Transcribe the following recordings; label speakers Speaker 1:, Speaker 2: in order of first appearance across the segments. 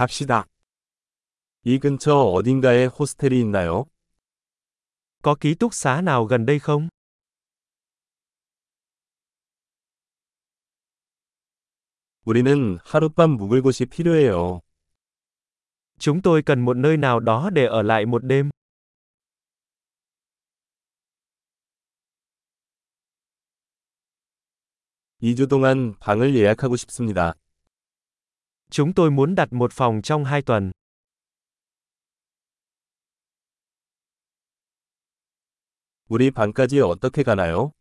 Speaker 1: 갑시다. 이 근처 어딘가에 호스텔이 있나요?
Speaker 2: Có ký túc xá nào gần đây không?
Speaker 1: 우리는 하룻밤 묵을 곳이 필요해요.
Speaker 2: Chúng tôi cần một nơi nào đó để ở lại một đêm.
Speaker 1: 이 주 동안 방을 예약하고 싶습니다.
Speaker 2: Chúng tôi muốn đặt một phòng trong hai tuần.
Speaker 1: 우리 방까지 어떻게 가나요?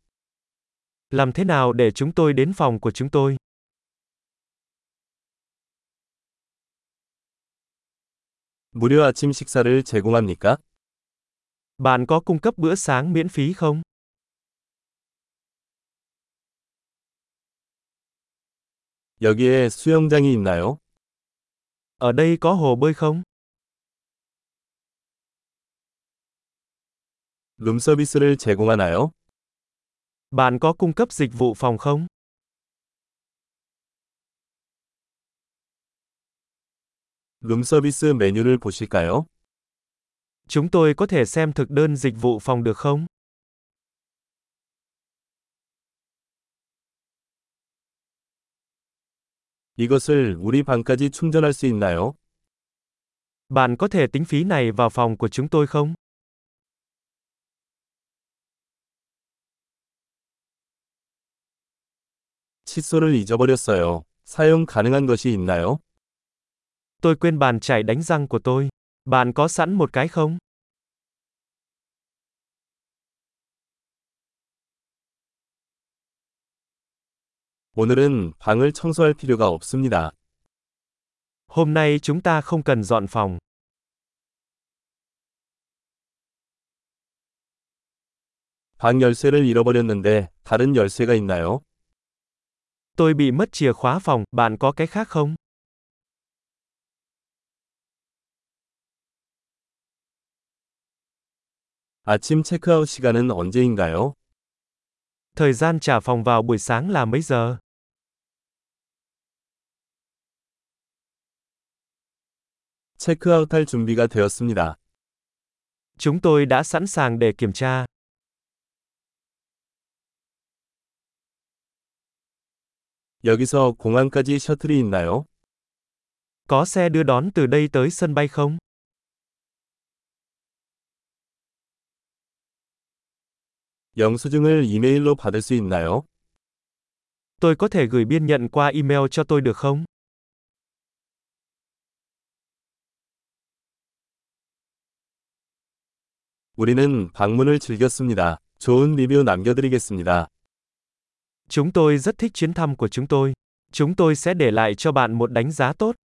Speaker 2: Làm thế nào để chúng tôi đến phòng của chúng tôi?
Speaker 1: 무료 아침 식사를 제공합니까?
Speaker 2: Bạn có cung cấp bữa sáng miễn phí không?
Speaker 1: 여기에 수영장이 있나요?
Speaker 2: Ở đây có hồ bơi không?
Speaker 1: 룸서비스를 제공하나요?
Speaker 2: Bạn có cung cấp dịch vụ phòng không?
Speaker 1: 룸서비스 메뉴를 보실까요?
Speaker 2: Chúng tôi có thể xem thực đơn dịch vụ phòng được không?
Speaker 1: 이것을 우리 방까지 충전할 수 있나요?
Speaker 2: Bạn có thể tính phí này vào phòng của chúng tôi không?
Speaker 1: 칫솔을 잊어버렸어요. 사용 가능한 것이 있나요?
Speaker 2: Tôi quên bàn chải đánh răng của tôi. Bạn có sẵn một cái không?
Speaker 1: 오늘은 방을 청소할 필요가 없습니다.
Speaker 2: Hôm nay chúng ta không cần dọn phòng.
Speaker 1: 방 열쇠를 잃어버렸는데 다른 열쇠가 있나요?
Speaker 2: Tôi bị mất chìa khóa phòng, bạn có cái khác không?
Speaker 1: 아침 체크아웃 시간은 언제인가요?
Speaker 2: Thời gian trả phòng vào buổi sáng là mấy giờ?
Speaker 1: 체크아웃할 준비가 되었습니다.
Speaker 2: Chúng tôi đã sẵn sàng để kiểm tra.
Speaker 1: 여기서 공항까지 셔틀이 있나요?
Speaker 2: Có xe đưa đón từ đây tới sân bay không?
Speaker 1: 영수증을 이메일로 받을 수 있나요?
Speaker 2: Tôi có thể gửi biên nhận qua email cho tôi được không?
Speaker 1: 우리는 방문을 즐겼습니다. 좋은 리뷰 남겨드리겠습니다.
Speaker 2: Chúng tôi rất thích chuyến thăm của chúng tôi. Chúng tôi sẽ để lại cho bạn một đánh giá tốt.